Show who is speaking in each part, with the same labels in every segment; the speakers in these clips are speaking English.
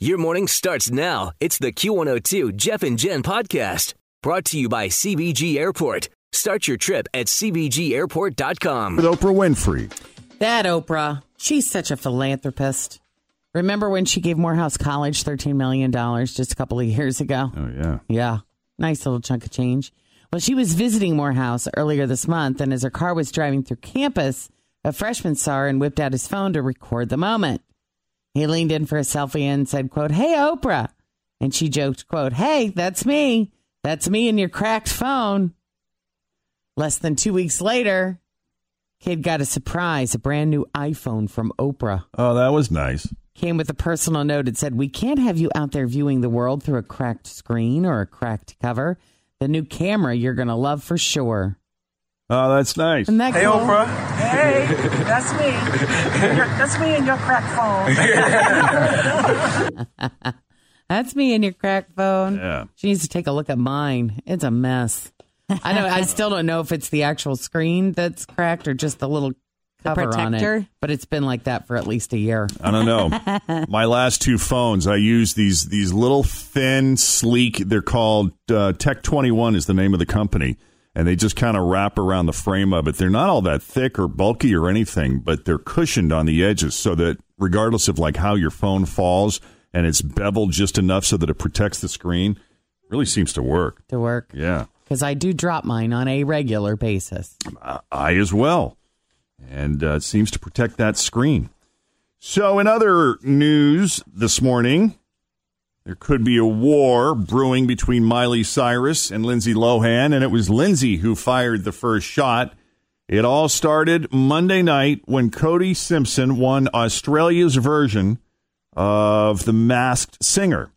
Speaker 1: Your morning starts now. It's the Q102 Jeff and Jen podcast brought to you by CBG Airport. Start your trip at
Speaker 2: with
Speaker 1: CBGAirport.com.
Speaker 2: Oprah Winfrey.
Speaker 3: That Oprah, she's such a philanthropist. Remember when she gave Morehouse College $13 million just a couple of years ago?
Speaker 2: Oh yeah.
Speaker 3: Yeah, nice little chunk of change. Well, she was visiting Morehouse earlier this month, and as her car was driving through campus, a freshman saw her and whipped out his phone to record the moment. He leaned in for a selfie and said, quote, Hey, Oprah. And she joked, quote, Hey, that's me. That's me and your cracked phone. Less than two weeks later, kid got a surprise, a brand new iPhone from Oprah
Speaker 2: Oh, that was nice.
Speaker 3: came with a personal note that said, We can't have you out there viewing the world through a cracked screen or a cracked cover. The new camera you're going to love for sure.
Speaker 2: Oh, that's nice.
Speaker 3: Isn't that
Speaker 4: Hey,
Speaker 3: cool?
Speaker 4: Oprah.
Speaker 5: Hey, that's me. Your- That's me and your crack phone.
Speaker 3: That's me and your crack phone.
Speaker 2: Yeah.
Speaker 3: She needs to take a look at mine. It's a mess. I know. I still don't know if it's the actual screen that's cracked or just the little cover on it.
Speaker 6: protector?
Speaker 3: But it's been like that for at least a year.
Speaker 2: I don't know. My last two phones, I use these these little thin, sleek. They're called uh, Tech Twenty One is the name of the company, and they just kind of wrap around the frame of it. They're not all that thick or bulky or anything, but they're cushioned on the edges so that regardless of like how your phone falls, and it's beveled just enough so that it protects the screen. Really seems to work.
Speaker 3: To work
Speaker 2: Yeah.
Speaker 3: because I do drop mine on a regular basis.
Speaker 2: I- I as well, and uh, it seems to protect that screen. So, in other news this morning, there could be a war brewing between Miley Cyrus and Lindsay Lohan, and it was Lindsay who fired the first shot. It all started Monday night when Cody Simpson won Australia's version of The Masked Singer.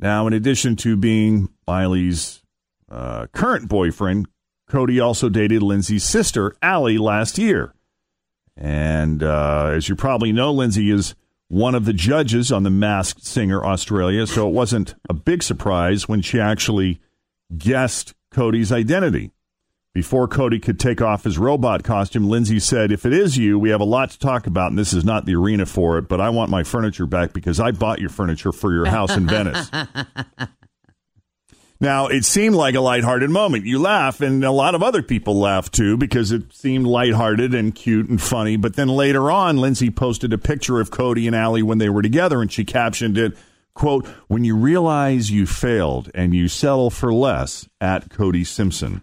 Speaker 2: Now, in addition to being Miley's uh, current boyfriend, Cody also dated Lindsay's sister, Allie, last year. And uh, as you probably know, Lindsay is one of the judges on The Masked Singer Australia, so it wasn't a big surprise when she actually guessed Cody's identity. Before Cody could take off his robot costume, Lindsay said, If it is you, we have a lot to talk about, and this is not the arena for it, but I want my furniture back because I bought your furniture for your house in Venice. Now, it seemed like a lighthearted moment. You laugh, and a lot of other people laugh too because it seemed lighthearted and cute and funny. But then later on, Lindsay posted a picture of Cody and Allie when they were together, and she captioned it, quote, When you realize you failed and you settle for less at Cody Simpson.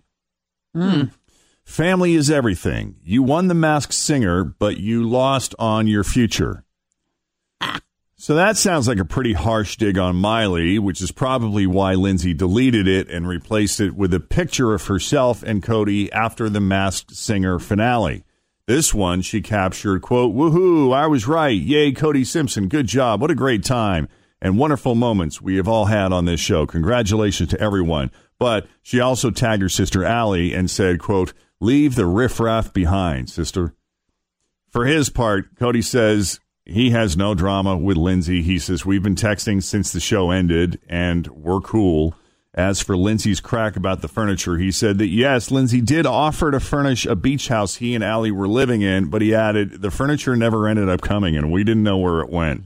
Speaker 2: Family is everything. You won the masked singer, but you lost on your future. So that sounds like a pretty harsh dig on Miley, which is probably why Lindsay deleted it and replaced it with a picture of herself and Cody after the Masked Singer finale. This one she captured, quote, Woohoo, I was right. Yay, Cody Simpson. Good job. What a great time and wonderful moments we have all had on this show. Congratulations to everyone. But she also tagged her sister Allie and said, quote, Leave the riffraff behind, sister. For his part, Cody says he has no drama with Lindsay. He says, We've been texting since the show ended and we're cool. As for Lindsay's crack about the furniture, he said that yes, Lindsay did offer to furnish a beach house he and Allie were living in, but he added, The furniture never ended up coming and we didn't know where it went.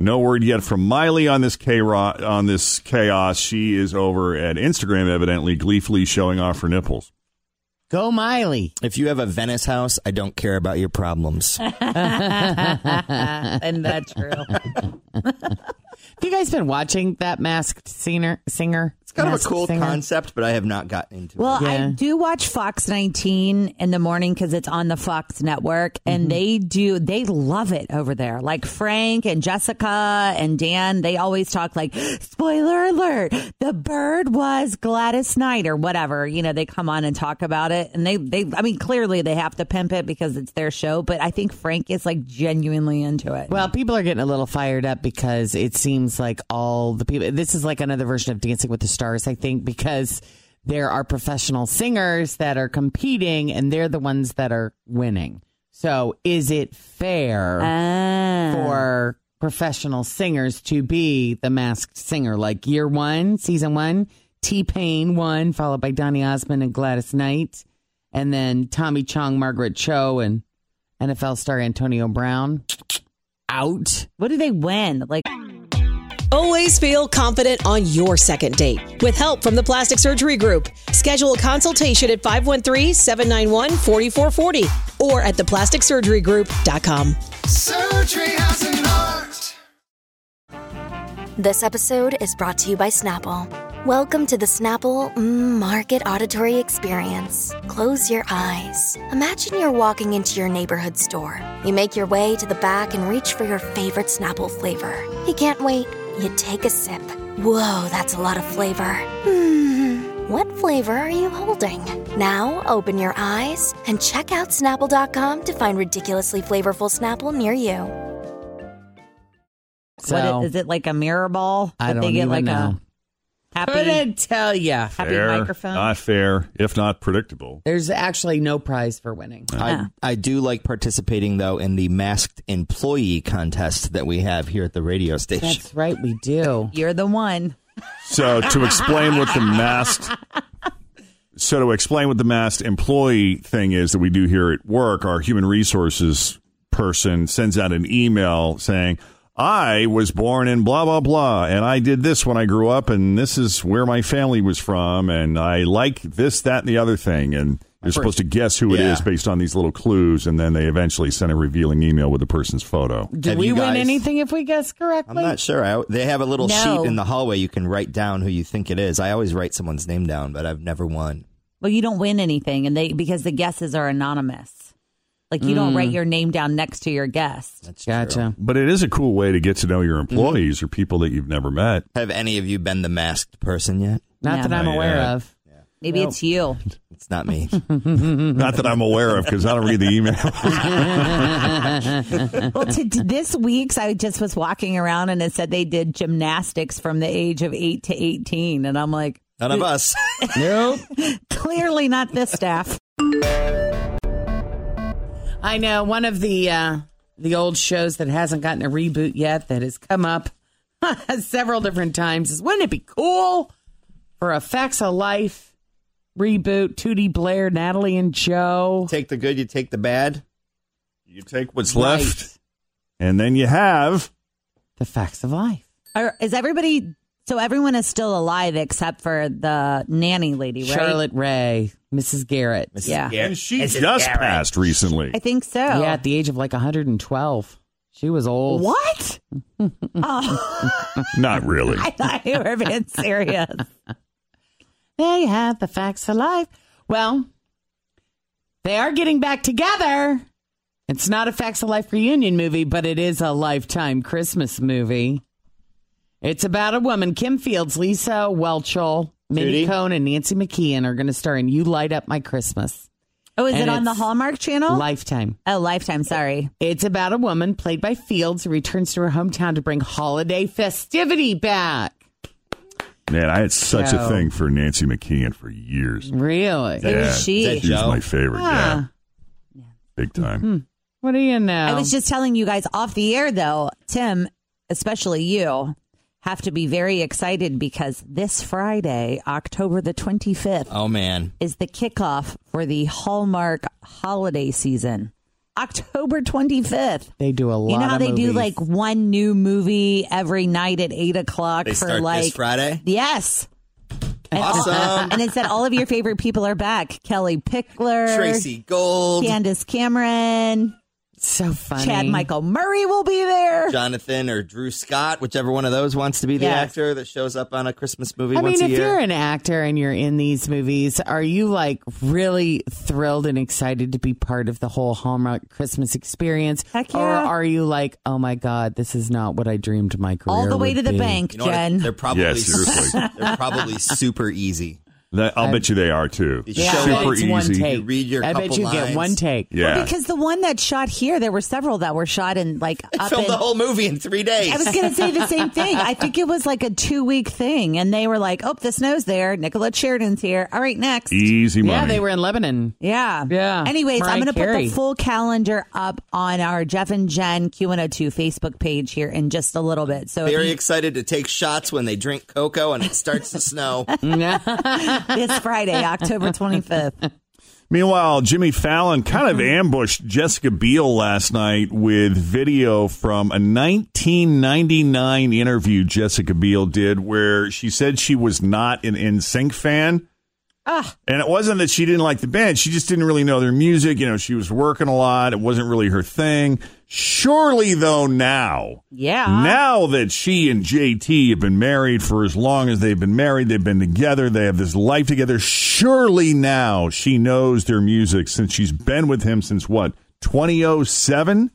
Speaker 2: No word yet from Miley on this chaos. On this chaos, she is over at Instagram, evidently gleefully showing off her nipples.
Speaker 3: Go Miley.
Speaker 7: If you have a Venice house, I don't care about your problems.
Speaker 6: Isn't that true?
Speaker 3: Have you guys been watching that masked singer? Singer?
Speaker 7: It's kind of a
Speaker 3: Masked
Speaker 7: cool
Speaker 3: Singer?
Speaker 7: concept, but I have not gotten into
Speaker 4: Well,
Speaker 3: Yeah.
Speaker 4: I do watch Fox 19 in the morning because it's on the Fox network, and
Speaker 3: Mm-hmm.
Speaker 4: they do, they love it over there. Like Frank and Jessica and Dan, they always talk like, spoiler alert, the bird was Gladys Knight or whatever. You know, they come on and talk about it. And they, they, I mean, clearly they have to pimp it because it's their show, but I think Frank is like genuinely into it.
Speaker 3: Well, people are getting a little fired up because it seems like all the people. This is like another version of Dancing with the Stars, I think, because there are professional singers that are competing and they're the ones that are winning. So, is it fair
Speaker 4: Ah.
Speaker 3: for professional singers to be the masked singer? Like year one, season one, T Pain won, followed by Donny Osmond and Gladys Knight, and then Tommy Chong, Margaret Cho, and NFL star Antonio Brown out.
Speaker 4: what do they win? Like,
Speaker 6: Always feel confident on your second date. With help from the Plastic Surgery Group, schedule a consultation at 513-791-4440 or at theplasticsurgerygroup.com.
Speaker 8: Surgery has an art.
Speaker 9: This episode is brought to you by Snapple. Welcome to the Snapple mm, Market Auditory Experience. Close your eyes. Imagine you're walking into your neighborhood store. You make your way to the back and reach for your favorite Snapple flavor. You can't wait. You take a sip. Whoa, that's a lot of flavor. Hmm, what flavor are you holding? Now open your eyes and check out Snapple.com to find ridiculously flavorful Snapple near you.
Speaker 4: what i-
Speaker 3: So
Speaker 4: is it like a mirror ball?
Speaker 3: I
Speaker 4: that
Speaker 3: don't
Speaker 4: they get
Speaker 3: even
Speaker 4: like
Speaker 3: know.
Speaker 4: a happy.
Speaker 3: couldn't tell you.
Speaker 4: Happy microphone.
Speaker 2: Not fair, if not predictable.
Speaker 3: There's actually no prize for winning.
Speaker 4: Yeah.
Speaker 7: I, I do like participating though in the masked employee contest that we have here at the radio station.
Speaker 3: That's right, we do.
Speaker 4: You're the one.
Speaker 2: So to explain what the masked so to explain what the masked employee thing is that we do here at work, our human resources person sends out an email saying, I was born in blah blah blah and I did this when I grew up and this is where my family was from and I like this, that, and the other thing and you're supposed to guess who it
Speaker 7: Yeah.
Speaker 2: is based on these little clues, and then they eventually send a revealing email with the person's photo.
Speaker 3: Do
Speaker 7: Have
Speaker 3: we
Speaker 7: you
Speaker 3: win
Speaker 7: guys-
Speaker 3: anything if we guess
Speaker 7: I'm
Speaker 3: correctly?
Speaker 7: not sure. I, they have a little
Speaker 4: No.
Speaker 7: sheet in the hallway you can write down who you think it is. I always write someone's name down, but I've never won.
Speaker 4: Well, you don't win anything, and they because the guesses are anonymous. Like you don't
Speaker 3: Mm.
Speaker 4: write your name down next to your guest.
Speaker 7: That's true.
Speaker 3: Gotcha.
Speaker 2: But it is a cool way to get to know your employees or people that you've never met.
Speaker 7: Have any of you been the masked person yet?
Speaker 3: Not
Speaker 4: Yeah.
Speaker 3: that I'm
Speaker 2: Not
Speaker 3: aware
Speaker 2: yet.
Speaker 3: of.
Speaker 4: Maybe it's you.
Speaker 7: It's not me.
Speaker 2: Not that I'm aware of because I don't read the email.
Speaker 4: well, to, to this week's, I just was walking around and it said they did gymnastics from the age of eight to eighteen, and I'm like,
Speaker 7: None of us.
Speaker 3: Nope.
Speaker 4: clearly not this staff.
Speaker 3: I know one of the uh, the old shows that hasn't gotten a reboot yet that has come up several different times is wouldn't it be cool for a Facts of Life reboot? Tootie Blair, Natalie, and Joe.
Speaker 7: take the good, you take the bad.
Speaker 2: you take what's
Speaker 3: Right.
Speaker 2: left, and then you have.
Speaker 3: The Facts of Life.
Speaker 4: Are, is everybody? So everyone is still alive except for the nanny lady, right?
Speaker 3: Charlotte Ray, Mrs. Garrett.
Speaker 7: Mrs.
Speaker 4: Yeah.
Speaker 7: Garrett.
Speaker 2: And she
Speaker 7: Mrs.
Speaker 2: just
Speaker 7: Garrett.
Speaker 2: passed recently.
Speaker 4: I think so.
Speaker 3: Yeah, at the age of like 112. She was old.
Speaker 4: Oh. What? oh,
Speaker 2: Not really.
Speaker 4: I thought you were being serious.
Speaker 3: They have the facts of life. Well, they are getting back together. It's not a facts of life reunion movie, but it is a lifetime Christmas movie. It's about a woman, Kim Fields, Lisa Welchel, Minnie
Speaker 7: Judy?
Speaker 3: Cohn, and Nancy McKeon are going to star in You Light Up My Christmas.
Speaker 4: Oh, is
Speaker 3: And
Speaker 4: it on the
Speaker 3: it's
Speaker 4: Hallmark Channel?
Speaker 3: Lifetime.
Speaker 4: oh, Lifetime. Sorry.
Speaker 3: It's about a woman played by Fields who returns to her hometown to bring holiday festivity back.
Speaker 2: Man, I had such a
Speaker 3: So-
Speaker 2: thing for Nancy McKeon for years.
Speaker 3: Really?
Speaker 4: It
Speaker 2: Yeah.
Speaker 4: was she.
Speaker 7: That-
Speaker 2: She was
Speaker 7: Joe?
Speaker 2: my favorite. Yeah. Big time.
Speaker 3: What do you know?
Speaker 4: I
Speaker 7: Um,
Speaker 4: was just telling you guys off the air, though, Tim, especially you, have to be very excited because this Friday, October the 25th,
Speaker 7: Oh man.
Speaker 4: is the kickoff for the Hallmark holiday season. October 25th.
Speaker 3: They do a lot.
Speaker 4: You know how
Speaker 3: of
Speaker 4: they do
Speaker 3: movies.
Speaker 4: like one new movie every night at eight o'clock
Speaker 7: They
Speaker 4: for
Speaker 7: start
Speaker 4: like
Speaker 7: this Friday.
Speaker 4: Yes. And all-
Speaker 7: Awesome.
Speaker 4: and it said all of your favorite people are back. Kelly Pickler,
Speaker 7: Tracy Gold.
Speaker 4: Candace Cameron,
Speaker 3: So funny.
Speaker 4: Chad Michael Murray will be there.
Speaker 7: Jonathan or Drew Scott, whichever one of those wants to be the
Speaker 3: Yes.
Speaker 7: actor that shows up on a Christmas movie
Speaker 3: I
Speaker 7: once
Speaker 3: mean,
Speaker 7: a
Speaker 3: if
Speaker 7: year.
Speaker 3: you're an actor and you're in these movies, are you like really thrilled and excited to be part of the whole Hallmark Christmas experience?
Speaker 4: Heck
Speaker 3: Or
Speaker 4: yeah.
Speaker 3: are you like, oh my God, this is not what I dreamed my career
Speaker 4: All the way
Speaker 3: would
Speaker 4: to the
Speaker 3: be?
Speaker 4: bank,
Speaker 7: You know what?
Speaker 4: Jen.
Speaker 7: They're probably
Speaker 2: Yeah, seriously.
Speaker 7: they're probably super easy.
Speaker 2: That, I'll bet you they are too.
Speaker 7: It
Speaker 3: Yeah, I bet
Speaker 2: Super
Speaker 3: it's
Speaker 2: easy.
Speaker 3: one take.
Speaker 7: You read your
Speaker 3: I bet
Speaker 7: couple
Speaker 3: you get
Speaker 7: lines.
Speaker 3: one take.
Speaker 2: Yeah.
Speaker 4: Because the one that shot here, there were several that were shot in like up
Speaker 7: Film
Speaker 4: in,
Speaker 7: the whole movie in three days.
Speaker 4: I was going to say the same thing. I think it was like a two week thing, and they were like, "Oh, the snow's there. Nicola Sheridan's here. All right, next."
Speaker 2: Easy money.
Speaker 3: Yeah, they were in Lebanon.
Speaker 4: Yeah.
Speaker 3: Yeah.
Speaker 4: Anyways,
Speaker 3: Mariah
Speaker 4: I'm going to put
Speaker 3: Carey.
Speaker 4: the full calendar up on our Jeff and Jen Q102 Facebook page here in just a little bit. So if
Speaker 7: Very
Speaker 4: you-
Speaker 7: excited to take shots when they drink cocoa and it starts to snow.
Speaker 4: it's Friday, October 25th.
Speaker 2: Meanwhile, Jimmy Fallon kind of ambushed Jessica Biel last night with video from a 1999 interview Jessica Biel did where she said she was not an NSYNC fan. And it wasn't that she didn't like the band. She just didn't really know their music. You know, she was working a lot. It wasn't really her thing. Surely, though, now,
Speaker 4: Yeah.
Speaker 2: now that she and JT have been married for as long as they've been married, they've been together, they have this life together. Surely now she knows their music since she's been with him since what, 2007?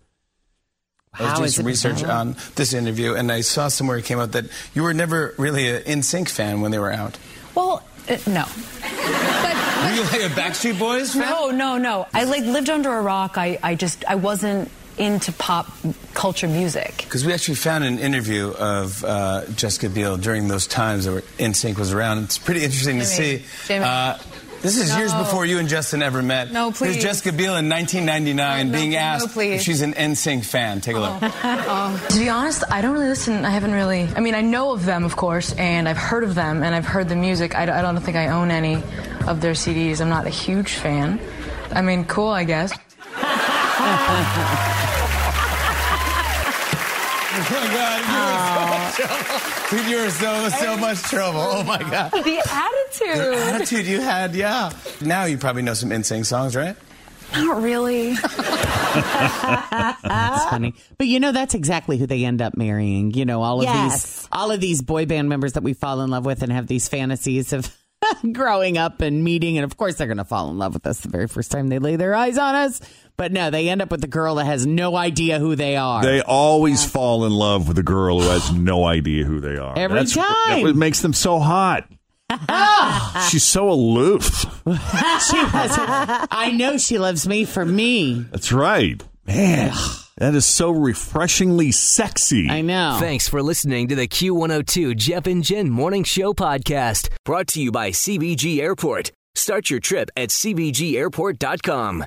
Speaker 8: I was doing some research on this interview, and I saw somewhere it came out that you were never really an NSYNC fan when they were out.
Speaker 10: Well, uh, no. But,
Speaker 8: Were you like a Backstreet Boys
Speaker 10: but
Speaker 8: fan?
Speaker 10: no, no, no. I like lived under a rock. I, I just I wasn't into pop culture music.
Speaker 8: Because we actually found an interview of uh, Jessica Biel during those times that were NSYNC was around. It's pretty interesting to
Speaker 10: Jimmy,
Speaker 8: see.
Speaker 10: Jimmy.
Speaker 8: Uh, this is years
Speaker 10: No.
Speaker 8: before you and Justin ever met.
Speaker 10: No, please.
Speaker 8: Here's Jessica Biel in 1999
Speaker 10: No, no,
Speaker 8: being
Speaker 10: no,
Speaker 8: asked if
Speaker 10: please. Oh.
Speaker 8: she's an NSYNC fan. Take a look.
Speaker 11: To be honest, I don't really listen. I haven't really. I mean, I know of them, of course, and I've heard of them, and I've heard the music. I, I don't think I own any of their CDs. I'm not a huge fan. I mean, cool, I guess.
Speaker 8: Oh my God, you were so Dude, you were so so much trouble. Oh my God.
Speaker 10: The
Speaker 8: The
Speaker 10: attitude.
Speaker 8: attitude you had, yeah. Now you probably know some NSYNC songs, right?
Speaker 10: Not really.
Speaker 3: That's funny. But you know, that's exactly who they end up marrying. You know, all of
Speaker 4: Yes.
Speaker 3: these all of these boy band members that we fall in love with and have these fantasies of growing up and meeting and of course they're gonna fall in love with us the very first time they lay their eyes on us. But no, they end up with the girl that has no idea who they are.
Speaker 2: They always fall in love with a girl who has no idea who they are.
Speaker 3: Every
Speaker 2: That's-
Speaker 3: time.
Speaker 2: That what makes them so hot. She's so aloof.
Speaker 3: she was I know she loves me for me.
Speaker 2: That's right. Man, that is so refreshingly sexy.
Speaker 3: I know.
Speaker 1: Thanks for listening to the Q102 Jeff and Jen Morning Show podcast, brought to you by CBG Airport. Start your trip at CBGAirport.com.